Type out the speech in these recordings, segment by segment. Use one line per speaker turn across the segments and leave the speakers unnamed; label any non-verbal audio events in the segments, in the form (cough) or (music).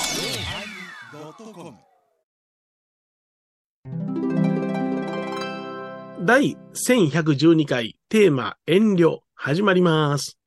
yosmir
第1112回テーマ遠慮始まります。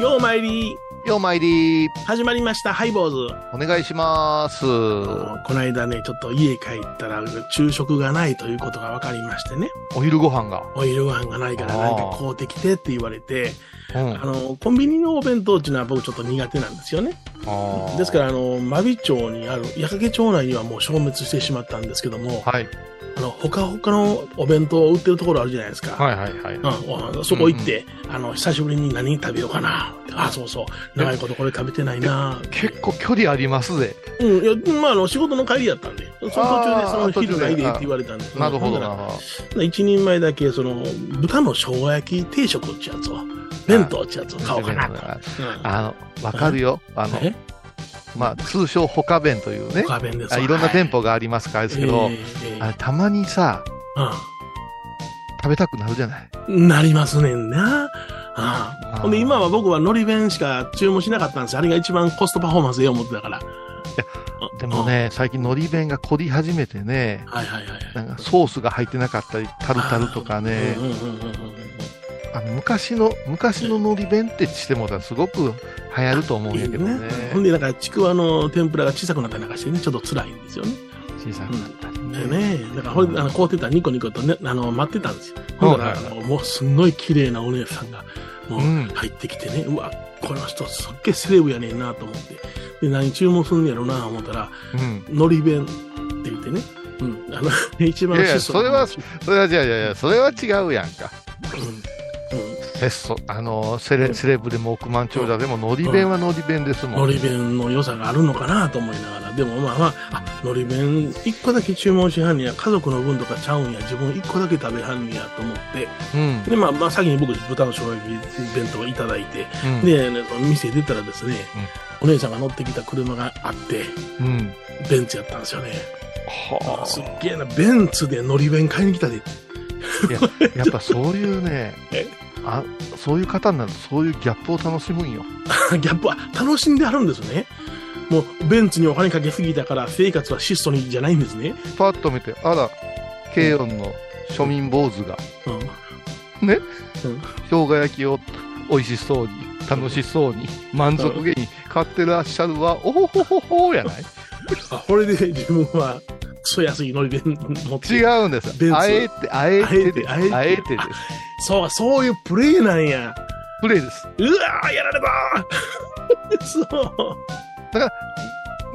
ようまいり
ようまいり
始まりましたハイボーズ。
お願いします。
この間ね、ちょっと家帰ったら昼食がないということが分かりましてね、
お昼ご飯が。
お昼ご飯がないからなんか買うてきてって言われて、
うん
あの、コンビニのお弁当っていうのは僕ちょっと苦手なんですよね。
あー
ですから、あの、真備町にある、矢掛町内にはもう消滅してしまったんですけども、
はい。
あの、ほかほかのお弁当を売ってるところあるじゃないですか。
はいはいはい。
うんうん、そこ行って、あの、久しぶりに何食べようかな。あ、そうそう。長いことこれ食べてないな。
結構距離ありますぜ。
うん、いや、まあ、あの、仕事の帰りやったんで、その途中で
あー
その
途中で
昼がいいでって言われたんで。うん
なるほど
んな
な
ら。一人前だけ、その、豚の生姜焼き定食ってやつを、弁当ってやつを買おうかなと。うん
あの、わかるよ。あの、
え
まあ、通称ホカ弁というね、
他弁です
あ
わ
いろんな店舗がありますからですけ
は
ど
い、えーえー
あたまにさ、
うん
食べたくなるじゃない。
なりますねんな。ああ
あー
ほんで今は僕はのり弁しか注文しなかったんですよあれが一番コストパフォーマンスええ思ってたから。
でもね、最近のり弁が凝り始めてね、
うん。はいはいはい。
なんかソースが入ってなかったり、タルタルとかね
う、んうんうんうんうん
あの昔の、昔ののり弁ってしてもらすごく流行ると思うんやけど
いいほん
ね。
でなんかちくわの天ぷらが小さくなったりなんかしてね、ちょっと辛いんですよね。
小さくなったり
で
ね。
ね、だからほんであの、こうてたらニコニコとね、あの、待ってたんですよ。ほんなら、
はい
あのもうすんごい綺麗なお姉さんが、もう
うん
入ってきてね、うわ、この人すっげえセレブやねんなと思って。で、何注文すんやろうな思ったら、
うん。
のり弁って言ってね、うん、あの (laughs) 一番
いやいや
質素
それ
な
はそれはじゃあいやいや、それは違うやんか。
うんうん
セッソ、あの、セレセレブでも億万長者でも、のり弁はのり弁ですも
の
ん。
り弁の良さがあるのかなと思いながら、でもまあまあ、あのり弁一個だけ注文しはんねや、家族の分とかちゃうんや、自分一個だけ食べはんねやと思って、
うん。
でまあまあ先に僕豚の生姜焼き弁当をいただいて、
うん
で、ね、その店出たらですね、お姉さんが乗ってきた車があって、
うん。
ベンツやったんですよね。
は
すっげえな、ベンツでのり弁買いに来たで。 (laughs)
あ。やっぱそういうね
え、
あそういう方になると、そういうギャップを楽しむんよ。
ギャップは楽しんであるんですね。もう、ベンツにお金かけすぎたから、生活は質素にじゃないんですね。
パッと見て、あら、ケイオンの庶民坊主が、
うん。
生姜焼きを美味しそうに、楽しそうに、満足げに買ってらっしゃるわ、おほほほほやない
あ、これで自分は、クソ安いのり弁持って。
(laughs) 違うんです
ベン。ツ
あえて、あえてです。
あえてあ
あ
え
え
て
てです。
そう、そういうプレイなんや。
プレイです。
うわー、やられたーそう。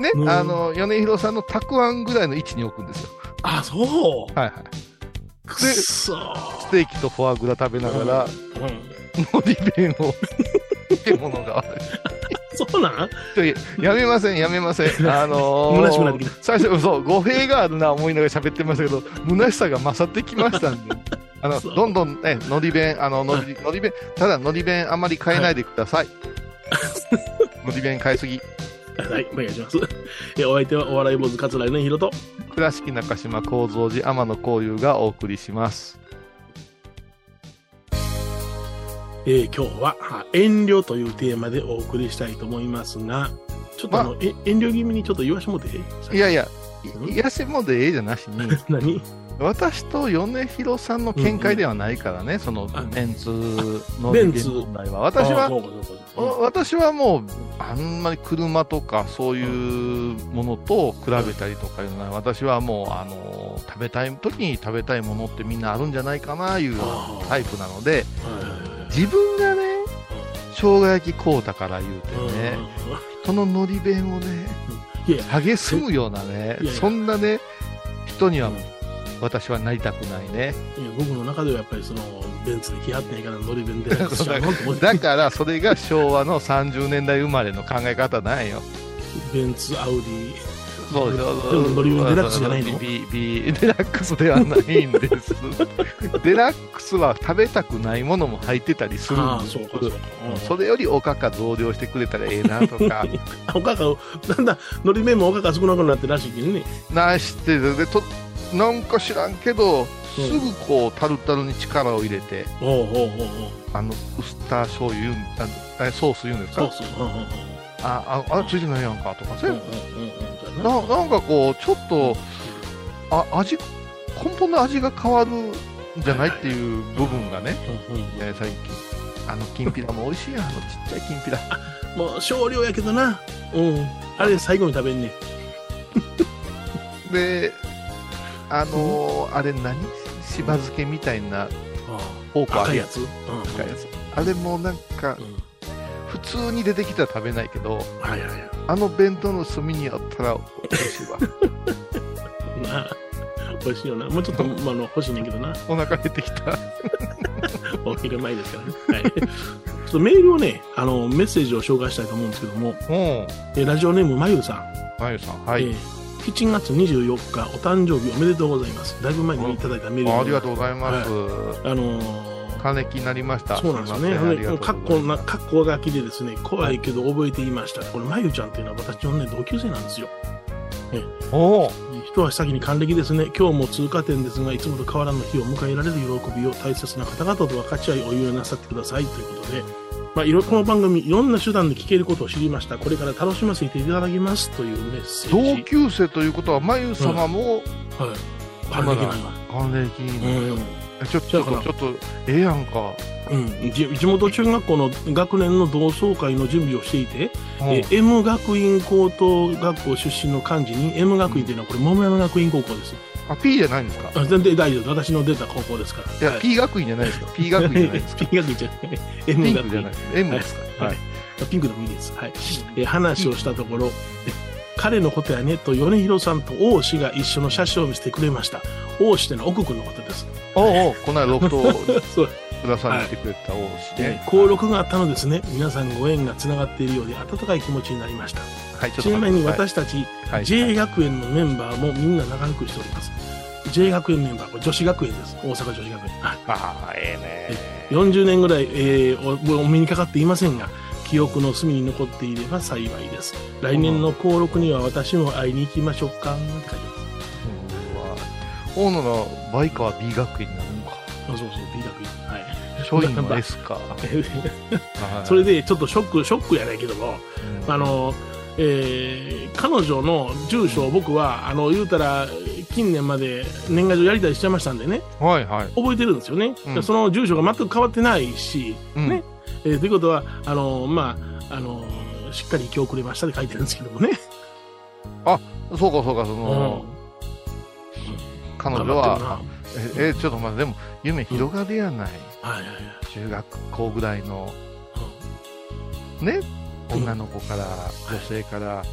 ね、
うん
あの、米広さんのたくあんぐらいの位置に置くんですよ。
あ、そう。
はいはい。
くっそー
ステーキとフォアグラ食べながら、
うん。
のり弁を、 (laughs) 獣が。
そうなん
ちょい (laughs) やめません、やめ
(laughs)
ません。あのー、
虚しくなってきた
最初、そう、語弊があるな思いながら喋ってましたけど、虚しさが勝ってきましたんで。
(laughs)
あの
そう
どんどんね、のり弁、あの、のり、のり弁、ただのり弁あんまり買えないでください。のり弁買いすぎ。
はい、お願いします。え、お相手はお笑い坊主桂井のひろと。
倉敷中島幸三寺天野幸雄がお送りします。
えー今日はあ遠慮というテーマでお送りしたいと思いますが、ちょっとあの、え遠慮気味にちょっと言わしてもらっていい
いやいや、
うん
いいやしもでええじゃなしに、
何
私と米広さんの見解ではないからね、その
あ
ベンツの
ベ
利
ンツ
権問題は。私
あ
は、
そうかそうか
お私はもう、あんまり車とかそういうものと比べたりとかいうのは、私はもう、あのー食べたい時に食べたいものってみんなあるんじゃないかないう
あー
タイプなので、
はいはいはい
自分がね、生姜焼きこうだから言うて
うん
ね、そののり弁をね、
いやいや
蔑むようなね
いやいや、
そんなね、人には
うん
私はなりたくないね。
いや僕の中ではやっぱりそのベンツで来はってないから乗り弁で
そうだ
なと思って
だからそれが昭和の30年代生まれの考え方なんよ。
ベンツアウディ
そうでしょ
でも乗り物デラックスじゃないの
ビビビデラックスではないんです。デラックスは食べたくないものも入ってたりするん
ああ
です
そうかそうか、うん
それよりおかか増量してくれたらええなとか、
おかかをだんだんのり面もおかか少なくなってるらしいけどね
なしてるでと、なんか知らんけど、す
うん
ぐこう、タルタルに力を入れて、
おうおうおうおう
あの、ウスター醤油言うんああソース言うんです
そう
か
そううんうんうん
ああ、あ、ついてないやんかとか、そうれ
んうんうんうん
ななんかこう、ちょっと、あ味、根本の味が変わるんじゃないっていう部分がね、
うんうん
えー最近。あの、きんぴらも美味しいやん、あのちっちゃいきんぴら。
もう少量やけどなうんあれ最後に食べんね
で、あのーあれ何しば漬けみたいなフォークあ
赤
る
い
や
や
つ。
つうん
赤いやつあれもなんか
うん
普通に出てきたら食べないけど
はいはいは
あの弁当の隅にあったら美味し (laughs) いわ
いなあ美味しいよなもうちょっと、まあ、あの欲しいねんけどな
お腹減ってきた
お昼前ですからね、はい、 (laughs) ちょっとメールをねあのメッセージを紹介したいと思うんですけども
うん
えラジオネームまゆさん
まゆさんはい、
えー7月24日お誕生日おめでとうございますだいぶ前にいただいたメール
ありがとうございます、
あのー
金木になりました
そうなんですよ
い
ね。
ま
あ
せん
の
ありがと
ね
う
かっ
ご
こ
ざいま
な
す
かっこがきでですね、怖いけど覚えていました。これ、まゆちゃんっていうのは私のね、同級生なんですよ。
おお
一足先に還暦ですね。今日も通過点ですが、いつもと変わらぬ日を迎えられる喜びを大切な方々と分かち合いお祝いなさってくださいということで、まあ、いろこの番組、いろんな手段で聞けることを知りました。これから楽しませていただきますというメッセー
同
ジ。
級生ということはまゆ様も
はい。還暦なんだ。
金木
う
に、
ん。
ちょち
そ
ょ
う
っ
かな
とちょっとええやんか、
うん、じ地元中学校の学年の同窓会の準備をしていて、
うん
え M 学院高等学校出身の幹事に M 学院というのはこれ桃山学院高校です
あ P じゃないんですか
あ全然大丈夫です私の出た高校ですから
いや、
はい
P 学院じゃないですか P 学院じゃないです
(laughs)
か
P 学院じゃない
ピ
M
ンク
学
じゃ
院
ない M ですか、
は
はいい、
ピンクの実です、はいえー話をしたところえ彼のことやねと米広さんと王氏が一緒の写真を見せてくれました王氏というのは奥君のことです
おうおうこの間ロフト
(laughs) そう
浦さんに来てくれた王子
え
ね
ー。登録があったのですね皆さんご縁がつながっているようで温かい気持ちになりました
はい、ちょ
ち
っと
なみ
待っ
に
て
私たち
はい
J 学園のメンバーもみんな仲良くしております。J 学園メンバー、これ女子学園です。大阪女子学園。はい
ああ、ええね。
40年ぐらい、えーおお目にかかっていませんが、記憶の隅に残っていれば幸いです。来年の高6には私も会いに行きましょうか。って書いて
うわ大野のバイカは B 学院なのか。
(laughs) ます。あそうそう、B 学院。はい。
書院は S か。はい
(laughs) それ、で、ちょっとショック、ショックやないけども、
うん
あ、の、えー彼女の住所を僕は、あの、言うたら、近年まで年賀状やりたりしてましたんでね、
はいはい。
覚えてるんですよね、
うん
その住所が全く変わってないし、
うん
ねえーということはあのーまああのーしっかり今日くれましたって書いてるんですけどもね、
そうかそうか、そ
うん
の、彼
頑
女
張ってる
は、え、えちょっと待って、でも、夢広がるやない。
なはいはいはい
中学校ぐらいの、ね、女の子から、女性から、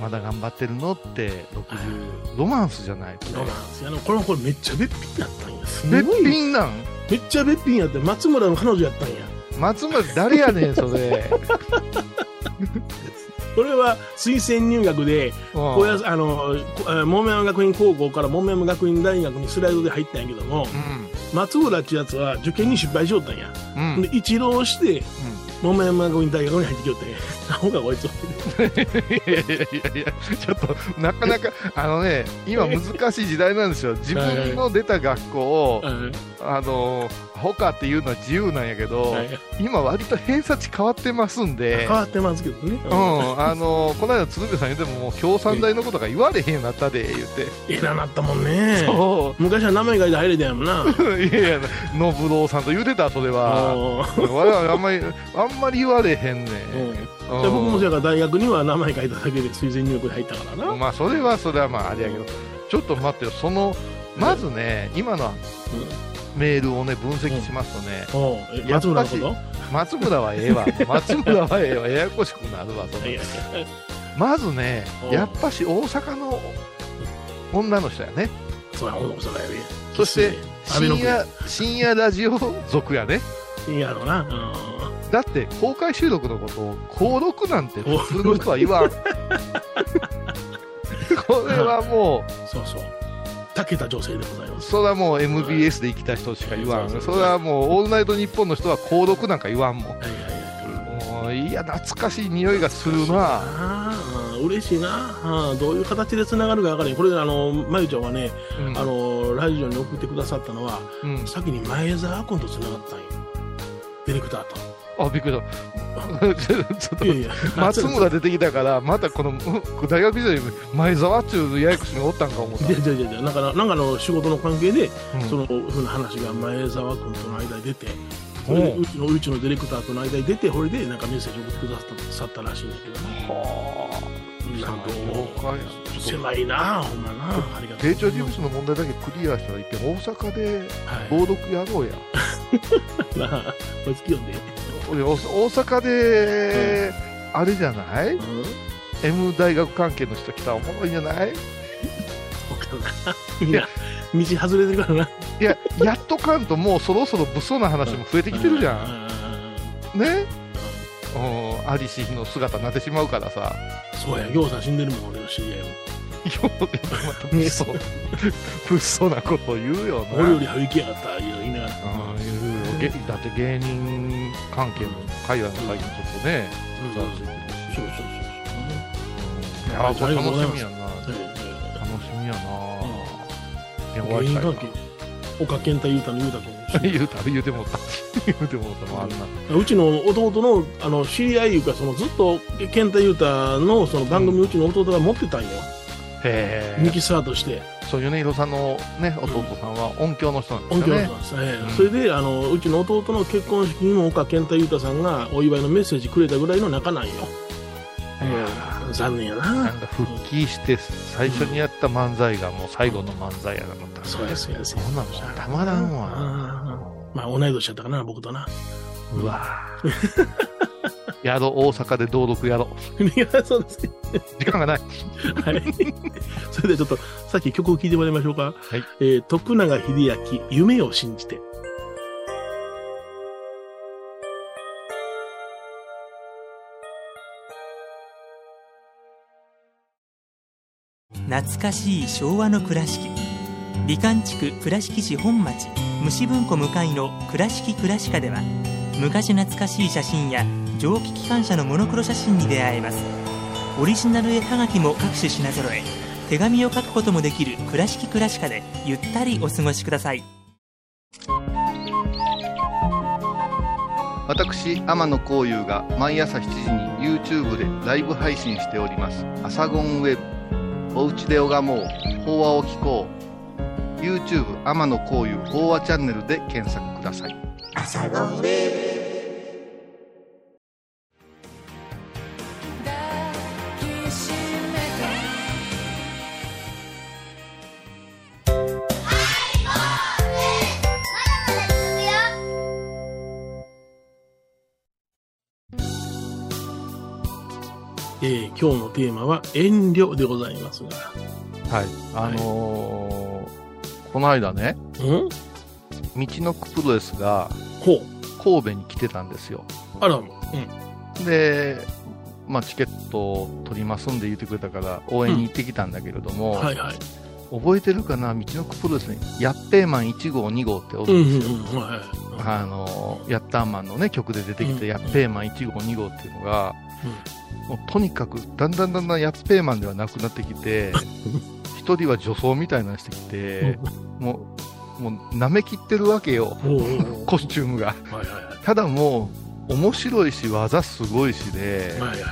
まだ頑張ってるのって、60、ロマンスじゃないと
うん、。そうなんですよあのこれもこれめっちゃべっぴんやったんやす
べっ
ごい
ぴんなん
めっちゃべっぴんやって松村の彼女やったんや
松村誰やねんそ
(laughs)
れ
これは推薦入学で
こ
高野あのーこえー桃山学院高校から桃山学院大学にスライドで入ったんやけども
う
松村ってやつは受験に失敗しよったんや、
んうん
で一浪して桃山学院大学に入ってきよって (laughs) アホかこいつ
いやいやいやいやちょっとなかな (laughs) かあのね今難しい時代なんですよ自分の出た学校を
うん
あのほかっていうのは自由なんやけど
はい
今割と偏差値変わってますんで
変わってますけどね、
うん、あのこの間鶴瓶さん言ってももう共産大のことが言われへんようになったで言って
えらなったもんね
そ
昔は名前書いて入れたやもんな
ういやいや信郎さんと言うてたそれは
おー
(laughs) 我 (laughs) 々あんまりあんまり言われへんね
うん
ん
じゃあ僕もそやから大学には名前書いただけで推薦入学で入ったからな、
まあそれはそれはまああれやけどちょっと待ってよそのまずね今のメールをね分析しますとね
おうえ松村のことい
松村はえ
(laughs)
えわ松村はええわややこしくなるわそんな
やいや
まずね
うん
やっぱし大阪の女の人やね
そうやほんまそうやで
そして
阿部の
深夜深夜ラジオ族やね
いいやろな、うん、
だって公開
(laughs)
収録のことを「高録」なんて普通の人は言わんここれはも
そうそう。たけた女性でございま
う、
す。
それはもう MBS で生きた人しか言わ
そ
ん。
う
そ
そう
れはもう、オールナイトニッポンの人は、購読なんか言わんも
はい
ん。
はいはい。
もういや、懐かしい匂いがするな。
ああ、嬉しいな。あーどういう形で繋がるか分からへん。これ、あの、まゆちゃんはね、
うん
あの、ラジオに送ってくださったのは、
うん
先に前澤君と繋がったんよ。ディレクターと。
あ、びっくりした。ち
(laughs)
ょっと
いやいや、
(laughs) 松村出てきたから、またこのうん大学時代に前澤っていうややこしいのおったんか思った
いや。いやいやいやなんかな、なんかの仕事の関係で、
うん
そのふうな話が前澤君との間に出て、それで
うん
うちのうちのディレクターとの間に出て、これでなんかメッセージを送ってくださったさったらしいんだけどね、
は
なんか
あ
おー狭いなあ、ほんまなあ、ありが
あ
とう
丁重事務所の問題だけクリアしたら一遍大阪で
は
朗読やろうや。
(laughs) い、なあ、これ好きよね。
俺お大阪で、あれじゃない
うん、わ
?M 大学関係の人来たらおもろいんじゃない
からんな。みんな、道外れてるからな。(laughs)
いや、やっとかんともうそろそろ物騒な話も増えてきてるじ
う
ゃ
ううんうん
ん。ねうん、ありし日の姿になってしまうから
(laughs)
さ。
そうや、行さん死んでるもん、俺の知り合いも。
ようでもまた
(laughs)
物騒物騒なこと言うよな。
俺より早行きやがった、言いながら。
うん言うよげだって芸人関係の海外の会議もちょっとね、
うん
ざ
そう
わつい
そう
てる
そうそう。
いやこれ楽しみやな
ええ
楽しみやな、いや
芸人関
終わ
係岡健太裕太の裕太
りたいな
君
(laughs) 言うた言うてもうた (laughs) 言うてもうたもうあんな
うちの弟のあの知り合いいうかそのずっと健太裕太のその番組うちの弟が持ってたんよ、
へ
ミ
え
キサーとして
そう米広さんのね弟さんは音響の人なんです
音
よ
響
ね
なんです、ええ
うん
それであのうちの弟の結婚式にも岡健太裕太さんがお祝いのメッセージくれたぐらいの仲なんよ、
うん
いや残念や
な
なん
か復帰して最初にやった漫才がもう最後の漫才やなかった
そうですそうです
そんなのたまらんわ
まあ同い年やったかな僕とな (laughs)
うわ (laughs) やろ大阪で朗読やろ
いやそうですね
時間がない
はい、 (laughs) それではちょっとさっき曲を聴いてもらいましょうか、
い
えー徳永英明「夢を信じて」
懐かしい昭和の倉敷美観地区倉敷市本町虫文庫向かいの「倉敷倉敷科」では昔懐かしい写真や蒸気機関車のモノクロ写真に出会えますオリジナル絵はがきも各種品揃え手紙を書くこともできる「倉敷倉敷科」でゆったりお過ごしください
私天野幸雄が毎朝7時に YouTube でライブ配信しております「アサゴンウェブ」「おうちで拝もう法話を聞こう」YouTube 天野幸雄法話チャンネルで検索ください
えー今日のテーマは遠慮でございますが。
はい、あのーこの間ね、
うん
道のくプロレスが
ほう。
神戸に来てたんですよ。
あら、うん。は
で、まあ、チケットを取りますんで言ってくれたから、応援に行ってきたんだけれども、
いはい。
覚えてるかな、道のくプロレスに、ヤッペーマン1号、2号ってお
う
る
んうんん
で
う
すよ。
ん。はいはい。
あのーヤッターマンのね、曲で出てき
うん
たヤッペーマン1号、2号っていうのが、もうとにかく、だんだんだんだんヤッペーマンではなくなって
(laughs)
きて、一人は女装みたいなのしてきて、もう、もう舐めきってるわけよ。
うん。おうおうおう
コスチュームが。
はいはいは
ただもう、面白いし、技すごいしで
い。、はいはいは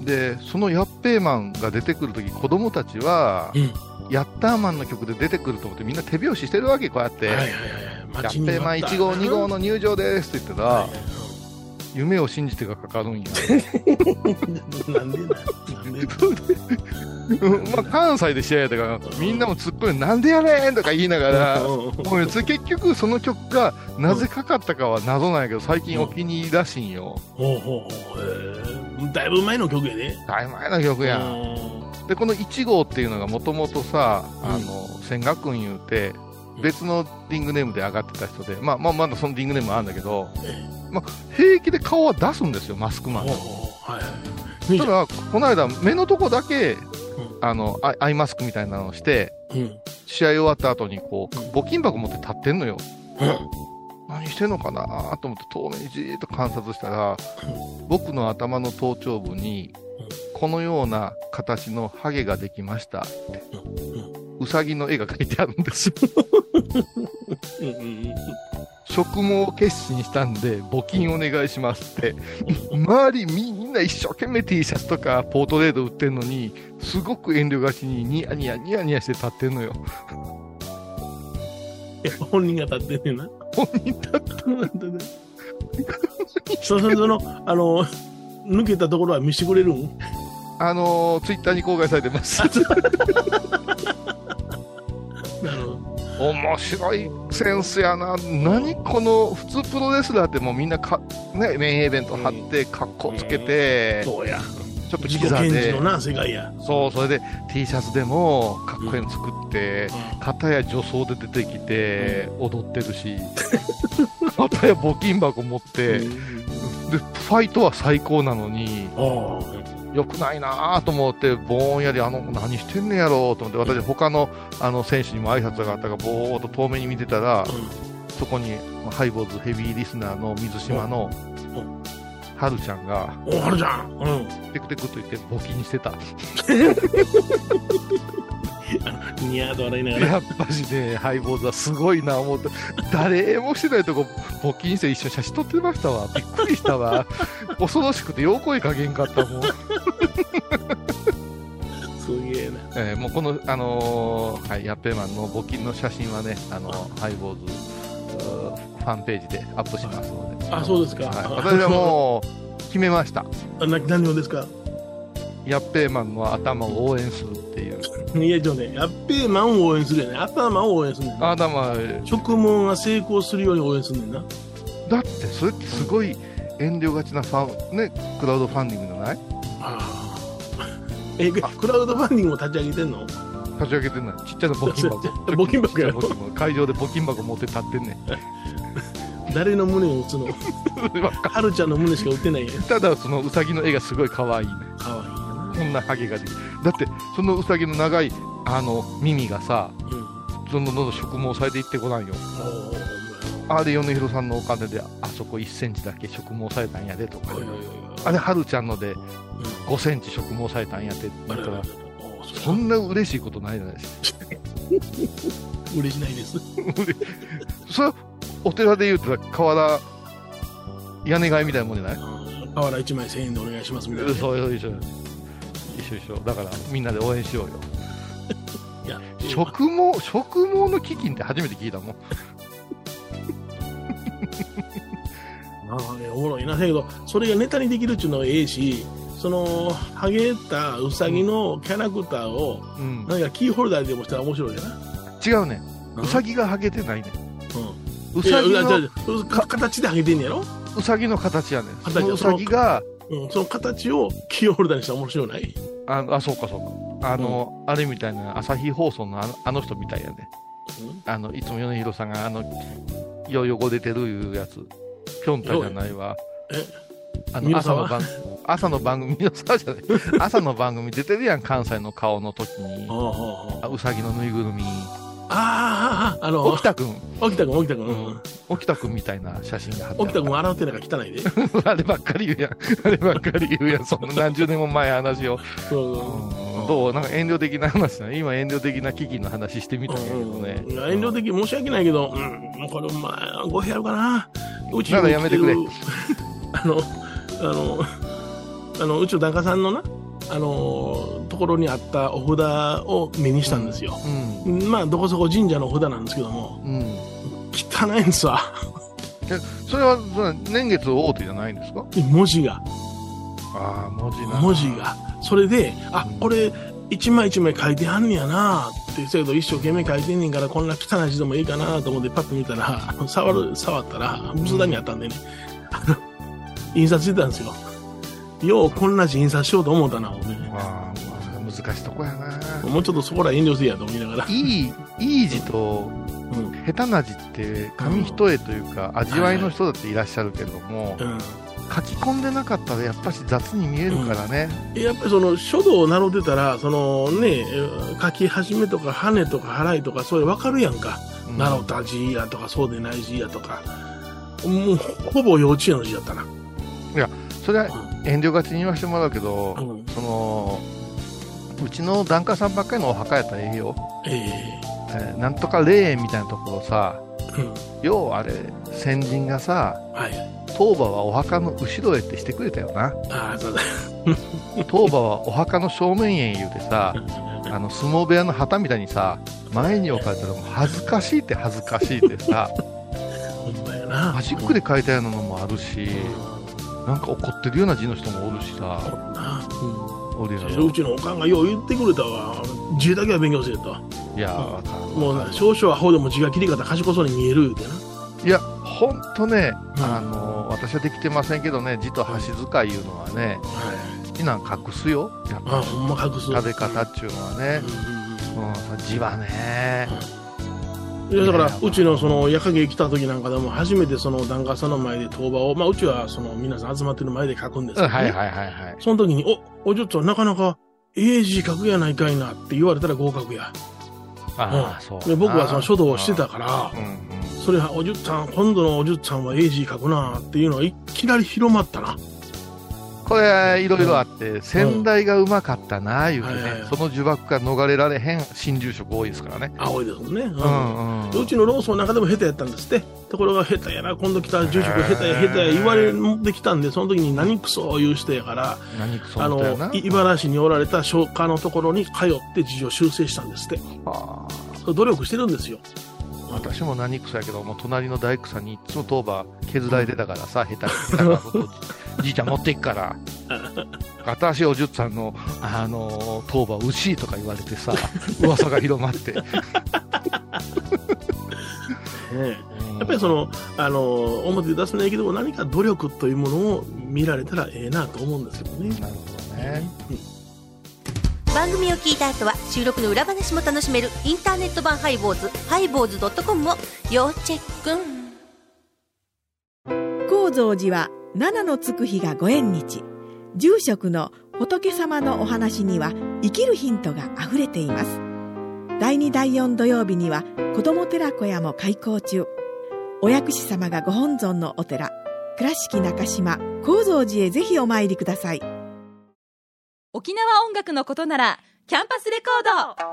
い。
で、そのヤッペーマンが出てくるとき、子供たちは
うん、
ヤッターマンの曲で出てくると思って、みんな手拍子してるわけ、こうやって。
はいは
ヤ
いはい。
ッ
待ちに
ペーマン
待った
1号、2号。の入場ですって言った
は
ら、夢を信じてがかかるんや。 (laughs)
いはいなんでなんなんで
うんまあ、関西で試合やったから、みんなも突っ込んで、なんでやねんとか言いなが
(laughs)
ら、
うんうん
もうつ結局、その曲がなぜかかったかは謎なんやけど、最近お気に入りらしいんよ。
ほうほうほう。へえだいぶ前の曲やね。
大前の曲
い
やん。でこの1号っていうのがもともとさ、あの千賀君言うて
うん
別のリングネームで上がってた人で、まあ、まあまだそのリングネームはあるんだけど、まあ、平気で顔は出すんですよマスクマン
ほうほうほう。はいはい。
ただこの間目のとこだけあのアイアイマスクみたいなのをして、
うん。
試合終わった後にこう、募金箱持って立ってんのよ。何してんのかなと思って遠目にじーっと観察したら、僕の頭の頭頂部に、このような形のハゲができましたって
う。
うさぎの絵が描いてあるんですよ。
うんうんうん。
植毛を決心したんで募金お願いしますって周りみんな一生懸命 T シャツとかポートレート売ってんのにすごく遠慮がちにニヤニヤニヤニヤして立ってんのよ
やっぱ本人が立ってんねんな。
本人だ
そうそうその、あの、抜けたところは見してくれるん
あのー、ツイッターに公開されてます
なるほど。
面白いセンスやな何この普通プロレスラーってもうみんなかねメインイベント貼って格好つけてちょ
そうや。
っと
自
キ
己
ザ
顕示
で
のな、世界や。
そうそれで T シャツでもかっこいいの作って、片や女装で出てきて踊ってるし、 (laughs) 片や募金箱持って、でファイトは最高なのに
あ
良くないなぁと思ってぼんやりあの子何してんねやろうと思って私他のあの選手にも挨拶があったからぼーっと遠目に見てたら
あ。うん
そこにハイボーズヘビーリスナーの水島の
う
はるちゃんが
おはるちゃん、うん、
テクテクと言って募金してた
ニヤーと笑いながら、
やっぱしねハイボーズはすごいな思って誰もしてないとこ募金して一緒に写真撮ってましたわびっくりしたわ恐ろしくてよう声かげんかったもん、
すげえな。
えーもうこの、あのーはい、ヤッペーマンの募金の写真はね、あのーハイボーズうーファンページでアップしますので
あそうですか
はい
あ
私はもう決めました
あ (laughs) な何をですか
ヤッペーマンの頭を応援するっていう
いや、ちょっとね、やっべえマンを応援するよね。頭を応援するねんな。
頭
職務が成功するように応援するねんな。
だってそれってすごい遠慮がちなファン、ね、クラウドファンディングじゃない
あえ、クラウドファンディングを立ち上げてんの
立ち上げてんのちっちゃな募金
(laughs)
箱
募金箱やろ
ちっちゃな募金箱会場で募金箱持って立ってんね (laughs) ん
誰の胸を打つのはるちゃんの胸しか打てないやん。
ただそのウサギの絵がすごい可愛いね
かわいいやな。
こんなハゲができるだってそのウサギの長いあの耳がさ
うん。
どんどんどんどん植毛されていってこないよ
おー
あれ米広さんのお金であそこ1センチだけ植毛されたんやでとか
おいおいおいおい
あれはるちゃんので
うん
5センチ植毛されたんやでって
あ
言っ
れ
たら
おーそ
そんな嬉しいことないじゃないですか
う嬉しないです。
それお寺で言うと瓦屋根替えみたいなもんじゃない
瓦一枚1000円でお願いしますみたいな。
そうよ一緒一緒一緒だからみんなで応援しようよ
いや
植毛植毛の基金って初めて聞いたもん
まあね、おもろいなだけどそれがネタにできるっていうのはええしそのハゲたウサギのキャラクターを、
うん
なんかキーホルダーでもしたら面白いじゃな
違うね
うん
うさぎがハゲてないね
うん
う
いや
さぎ
いやじゃあ
の
じゃあうか形でハゲてんねやろ、
うさぎの形やねん
形
そのうさぎが
うん、その形をキーホルダーにしたら面白いない
ああそうかそうかあの、あれみたいな朝日放送のあのあの人みたいやねあのいつも米広さんがあのよ汚れてるいうやつぴょんたじゃないわ
え
あ
ミ
の
ノサ
朝
ワ
の番朝の番組 (laughs) ミノサワじゃない朝の番組出てるやん関西の顔の時に
ああ
あうさぎのぬいぐるみ
ああああの
沖田君
沖田君沖田君、
う
うんん、
沖田君みたいな写真が貼ってあ
沖
る
田君洗ってなんか汚いでそう
(laughs) あればっかり言うやんあればっかり言うやんそんな何十年も前の話を
そう
うんどうなんか遠慮的な話だね今遠慮的な危機の話してみたんやけどね、
うん遠慮的申し訳ないけど、うん、これお前語弊あるかなうち
ならやめてくれ
うちあのあのあのうちの檀家さんのなあのところにあったお札を目にしたんですよ、
うん
まあどこそこ神社のお札なんですけども
うん
汚いんですわ
それはその年月大手じゃないんですか
文字が
ああ文字な
文字がそれであ
うん
これ一枚一枚書いてあんねやなってせやけど一生懸命書いてんねんからこんな汚い字でもいいかなと思ってパッと見たらあの触る触ったら仏壇にあったんでね、 (laughs) 印刷してたんですよようこんな字印刷しようと思ったな、僕ね、
まあまあ難しいとこやな
もうちょっとそこら遠慮せえやと思いながら、
いいいい字と下手な字って紙一重というか味わいの人だっていらっしゃるけども、
うん
書き込んでなかったらやっぱし雑に見えるからね、
やっぱりその書道を習ってたらそのねえー書き始めとか羽とか払いとかそういう分かるやんか、
うん
習った字やとかそうでない字やとかもうほぼ幼稚園の字だったな、
それは遠慮がちに言わせてもらうけど、
うん
そのうちの檀家さんばっかりのお墓やったらええよ、
え
えーなんとか霊園みたいなところさ
えうん
要はあれ先人がさ
はい
当場はお墓の後ろへってしてくれたよな
ああそうだ
当場はお墓の正面へ言うてさあの相撲部屋の旗みたいにさ前に置かれたらもう恥ずかしいって恥ずかしいってさ
ほんまやな
端っこで書いたようなのもあるしなんか怒ってるような字の人もおるし
うん
さ
なう
おるよ
んうちのおかんがよう言ってくれたわ字だけは勉強せえと
いやわかる
もうな少々はほども字が切り方賢そうに見えるってない
やほんとね、
うん
あの私はできてませんけどね字と箸使いいうのはね
はい
好きなん隠すよやっ
あ
ぱ
ほんま隠す
食べ方っちゅうのはね、うん、字はね
いやだか
いや
らうちのその夜影来た時なんかでも初めてその檀家さんの前で当場を、まあ、うちはその皆さん集まってる前で書くんですけ
う
ど、
ん
ね
はいはいはいはい
その時に「おおちょっとなかなかええ字書くやないかいな」って言われたら合格や
あ
うん
あそう
で僕はその書道をしてたか
か
ら
うんうん
それはおじゅっちゃん今度のおじゅっちゃんはええ字書くなっていうのがいきなり広まったな
これいろいろあって先代がうまかったなあいうてね、
はいはいはい
その呪縛から逃れられへん新住職多いですからね
青いですもんね、うん
うん
でうちのローソンの中でも下手やったんですってところが下手やな今度来た住職下手や下手や言われてきたんでその時に何クソ言う人やから
何くそ
あ
みたいな
のい茨城におられた商家のところに通って事情修正したんですって
ああ
それ努力してるんですよ
私も何くそやけどもう隣の大工さんにいつも当場削られてたから
(laughs)
さ下手下手なことじいちゃん持っていくから私おじゅっさんの、あのー、当場牛とか言われて
(laughs)
さ噂が広まってや
やっぱりそのあの表で出せないけども何か努力というものを見られたらええなと思うんですけどね
なるほどね
番組を聞いた後は収録の裏話も楽しめるインターネット版ハイボーズハイボーズドットコムを要チェック
高蔵寺は七のつく日がご縁日住職の仏様のお話には生きるヒントがあふれています第2第4土曜日には子ども寺小屋も開校中お薬師様がご本尊のお寺倉敷中島・高蔵寺へぜひお参りください
沖縄音楽のことならキャンパスレコード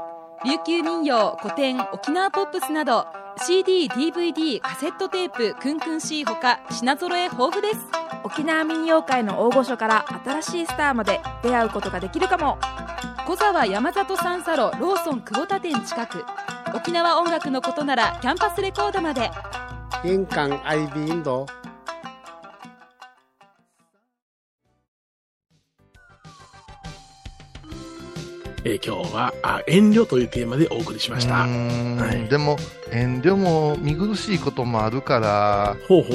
琉球民謡古典沖縄ポップスなど CDDVD カセットテープクンクン C ほか品揃え豊富です
沖縄民謡界の大御所から新しいスターまで出会うことができるかも
小沢山里三佐路ローソン久保田店近く沖縄音楽のことならキャンパスレコードまで
玄関アイビーインド
えー今日はあ「遠慮」というテーマでお送りしまし
う
た
ーん
はい
でも遠慮も見苦しいこともあるから
ほうほ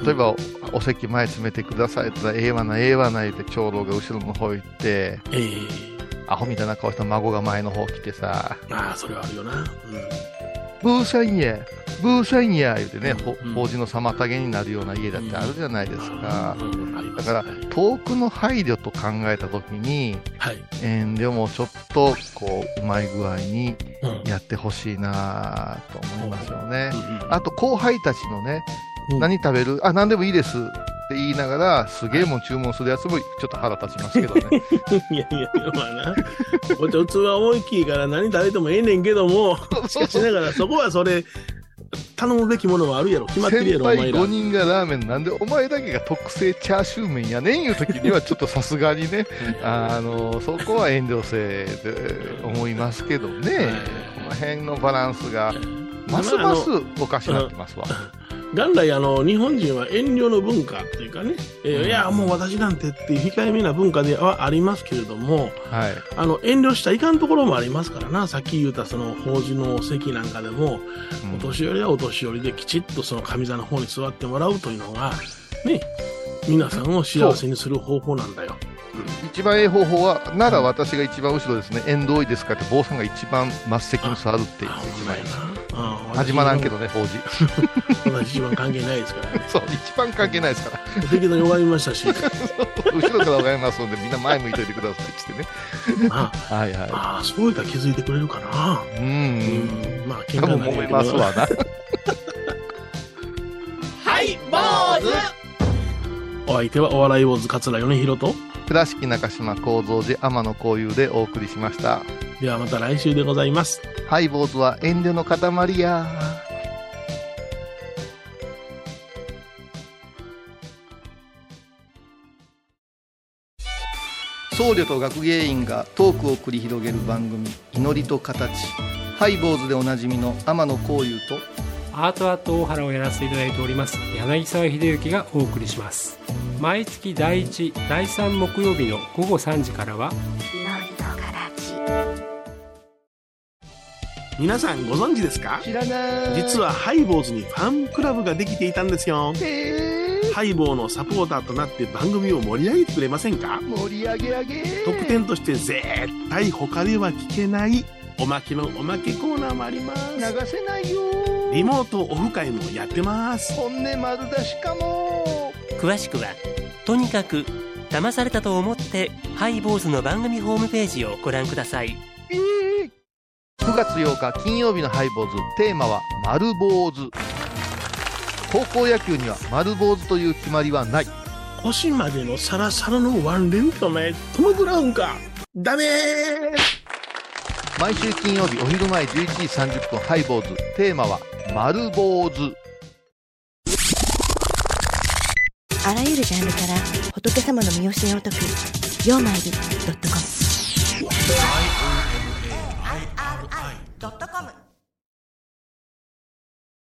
う
例えばおお席前詰めてくださいって言ったらええわなええわな言って長老が後ろの方行って
えー
アホみたいな顔した孫が前の方来てさ
ああそれはあるよな、うん、
ブーサインやブーサインや言うてね、ほ
うん
法事の妨げになるような家だってあるじゃないですか、
うんありま
だ
す
から遠くの配慮と考えた時に
はい、
遠慮もちょっとこううまい具合に
うんうん
やってほしいなと思いますよね、
うん
あと後輩たちのね、
うん
何食べるあ何でもいいですって言いながらすげえもん注文するやつもちょっと腹立ちますけど
(laughs)
ね
いやいやいやまあなこっち器大きいから何食べてもええねんけどもしかしながらそこはそれ頼むべきものはあるやろ決まってるや
先
ろお前
輩
ら
5人がラーメンなんでお前だけが特製チャーシュー麺やねんいう時にはちょっとさすが
(laughs)
にねあのそこは遠慮せえで思いますけどねこの辺のバランスがますますおかしなってますわ、
元来あの日本人は遠慮の文化っていうかね、えー
うん
いやもう私なんてっていう控えめな文化ではありますけれども
はい
あの遠慮したらいかんところもありますからなさっき言ったその法事の席なんかでも、
うん
お年寄りはお年寄りできちっとその上座の方に座ってもらうというのがね皆さんを幸せにする方法なんだよ。
一番ええ方法はなら私が一番後ろですね、遠藤いいですかって坊さんが一番末席に座るっていう
あ
のが
ほんまやな
一番いい始まらんけ
ど。
どね、法事。
私一番関係ないですからね。
(laughs) そう、一番関係ないですから。
適当に終わりま
(laughs)
したし、
後ろからわかりますので、みんな前向いといてくださいって言ってね。
まあ、
はいはい。
ああ、そういったら気づいてくれるかな。
う。
うんん、まあ、喧
多
嘩
分
になり
揉
や
め
け
ます
ど
わな。
はい、坊主
お相手はお笑い坊主桂米広と。
倉敷中島幸三寺天野幸雄でお送りしました。
ではまた来週でございます。
ハイボーズは遠慮の塊や。僧侶と学芸員がトークを繰り広げる番組「祈りと形」ハイボーズでおなじみの天野幸雄と
アートアート大原をやらせていただいております柳沢秀幸がお送りします毎月第1第3木曜日の午後3時からは
皆さんご存知ですか
知らない
実はハイボーズにファンクラブができていたんですよ。ハイボーのサポーターとなって番組を盛り上げてくれませんか
盛り上げ上げ
特典として絶対他では聞けないおまけのおまけコーナーもあります。
せないよ
リモートオフ会もやってます。
本音丸出しかも
詳しくはとにかく騙されたと思ってハイボーズの番組ホームページをご覧ください
9月8日金曜日のハイボーズテーマは「丸坊主」高校野球には丸坊主という決まりはない
腰までのサラサラのワンレンとね、トム・ブラウンか。ダメー
毎週金曜日お昼前11時30分ハイボーズテーマは「丸坊主
あらゆるジャンルから仏様の身教えを解く「曜マイルドットコム」
r i ドットコム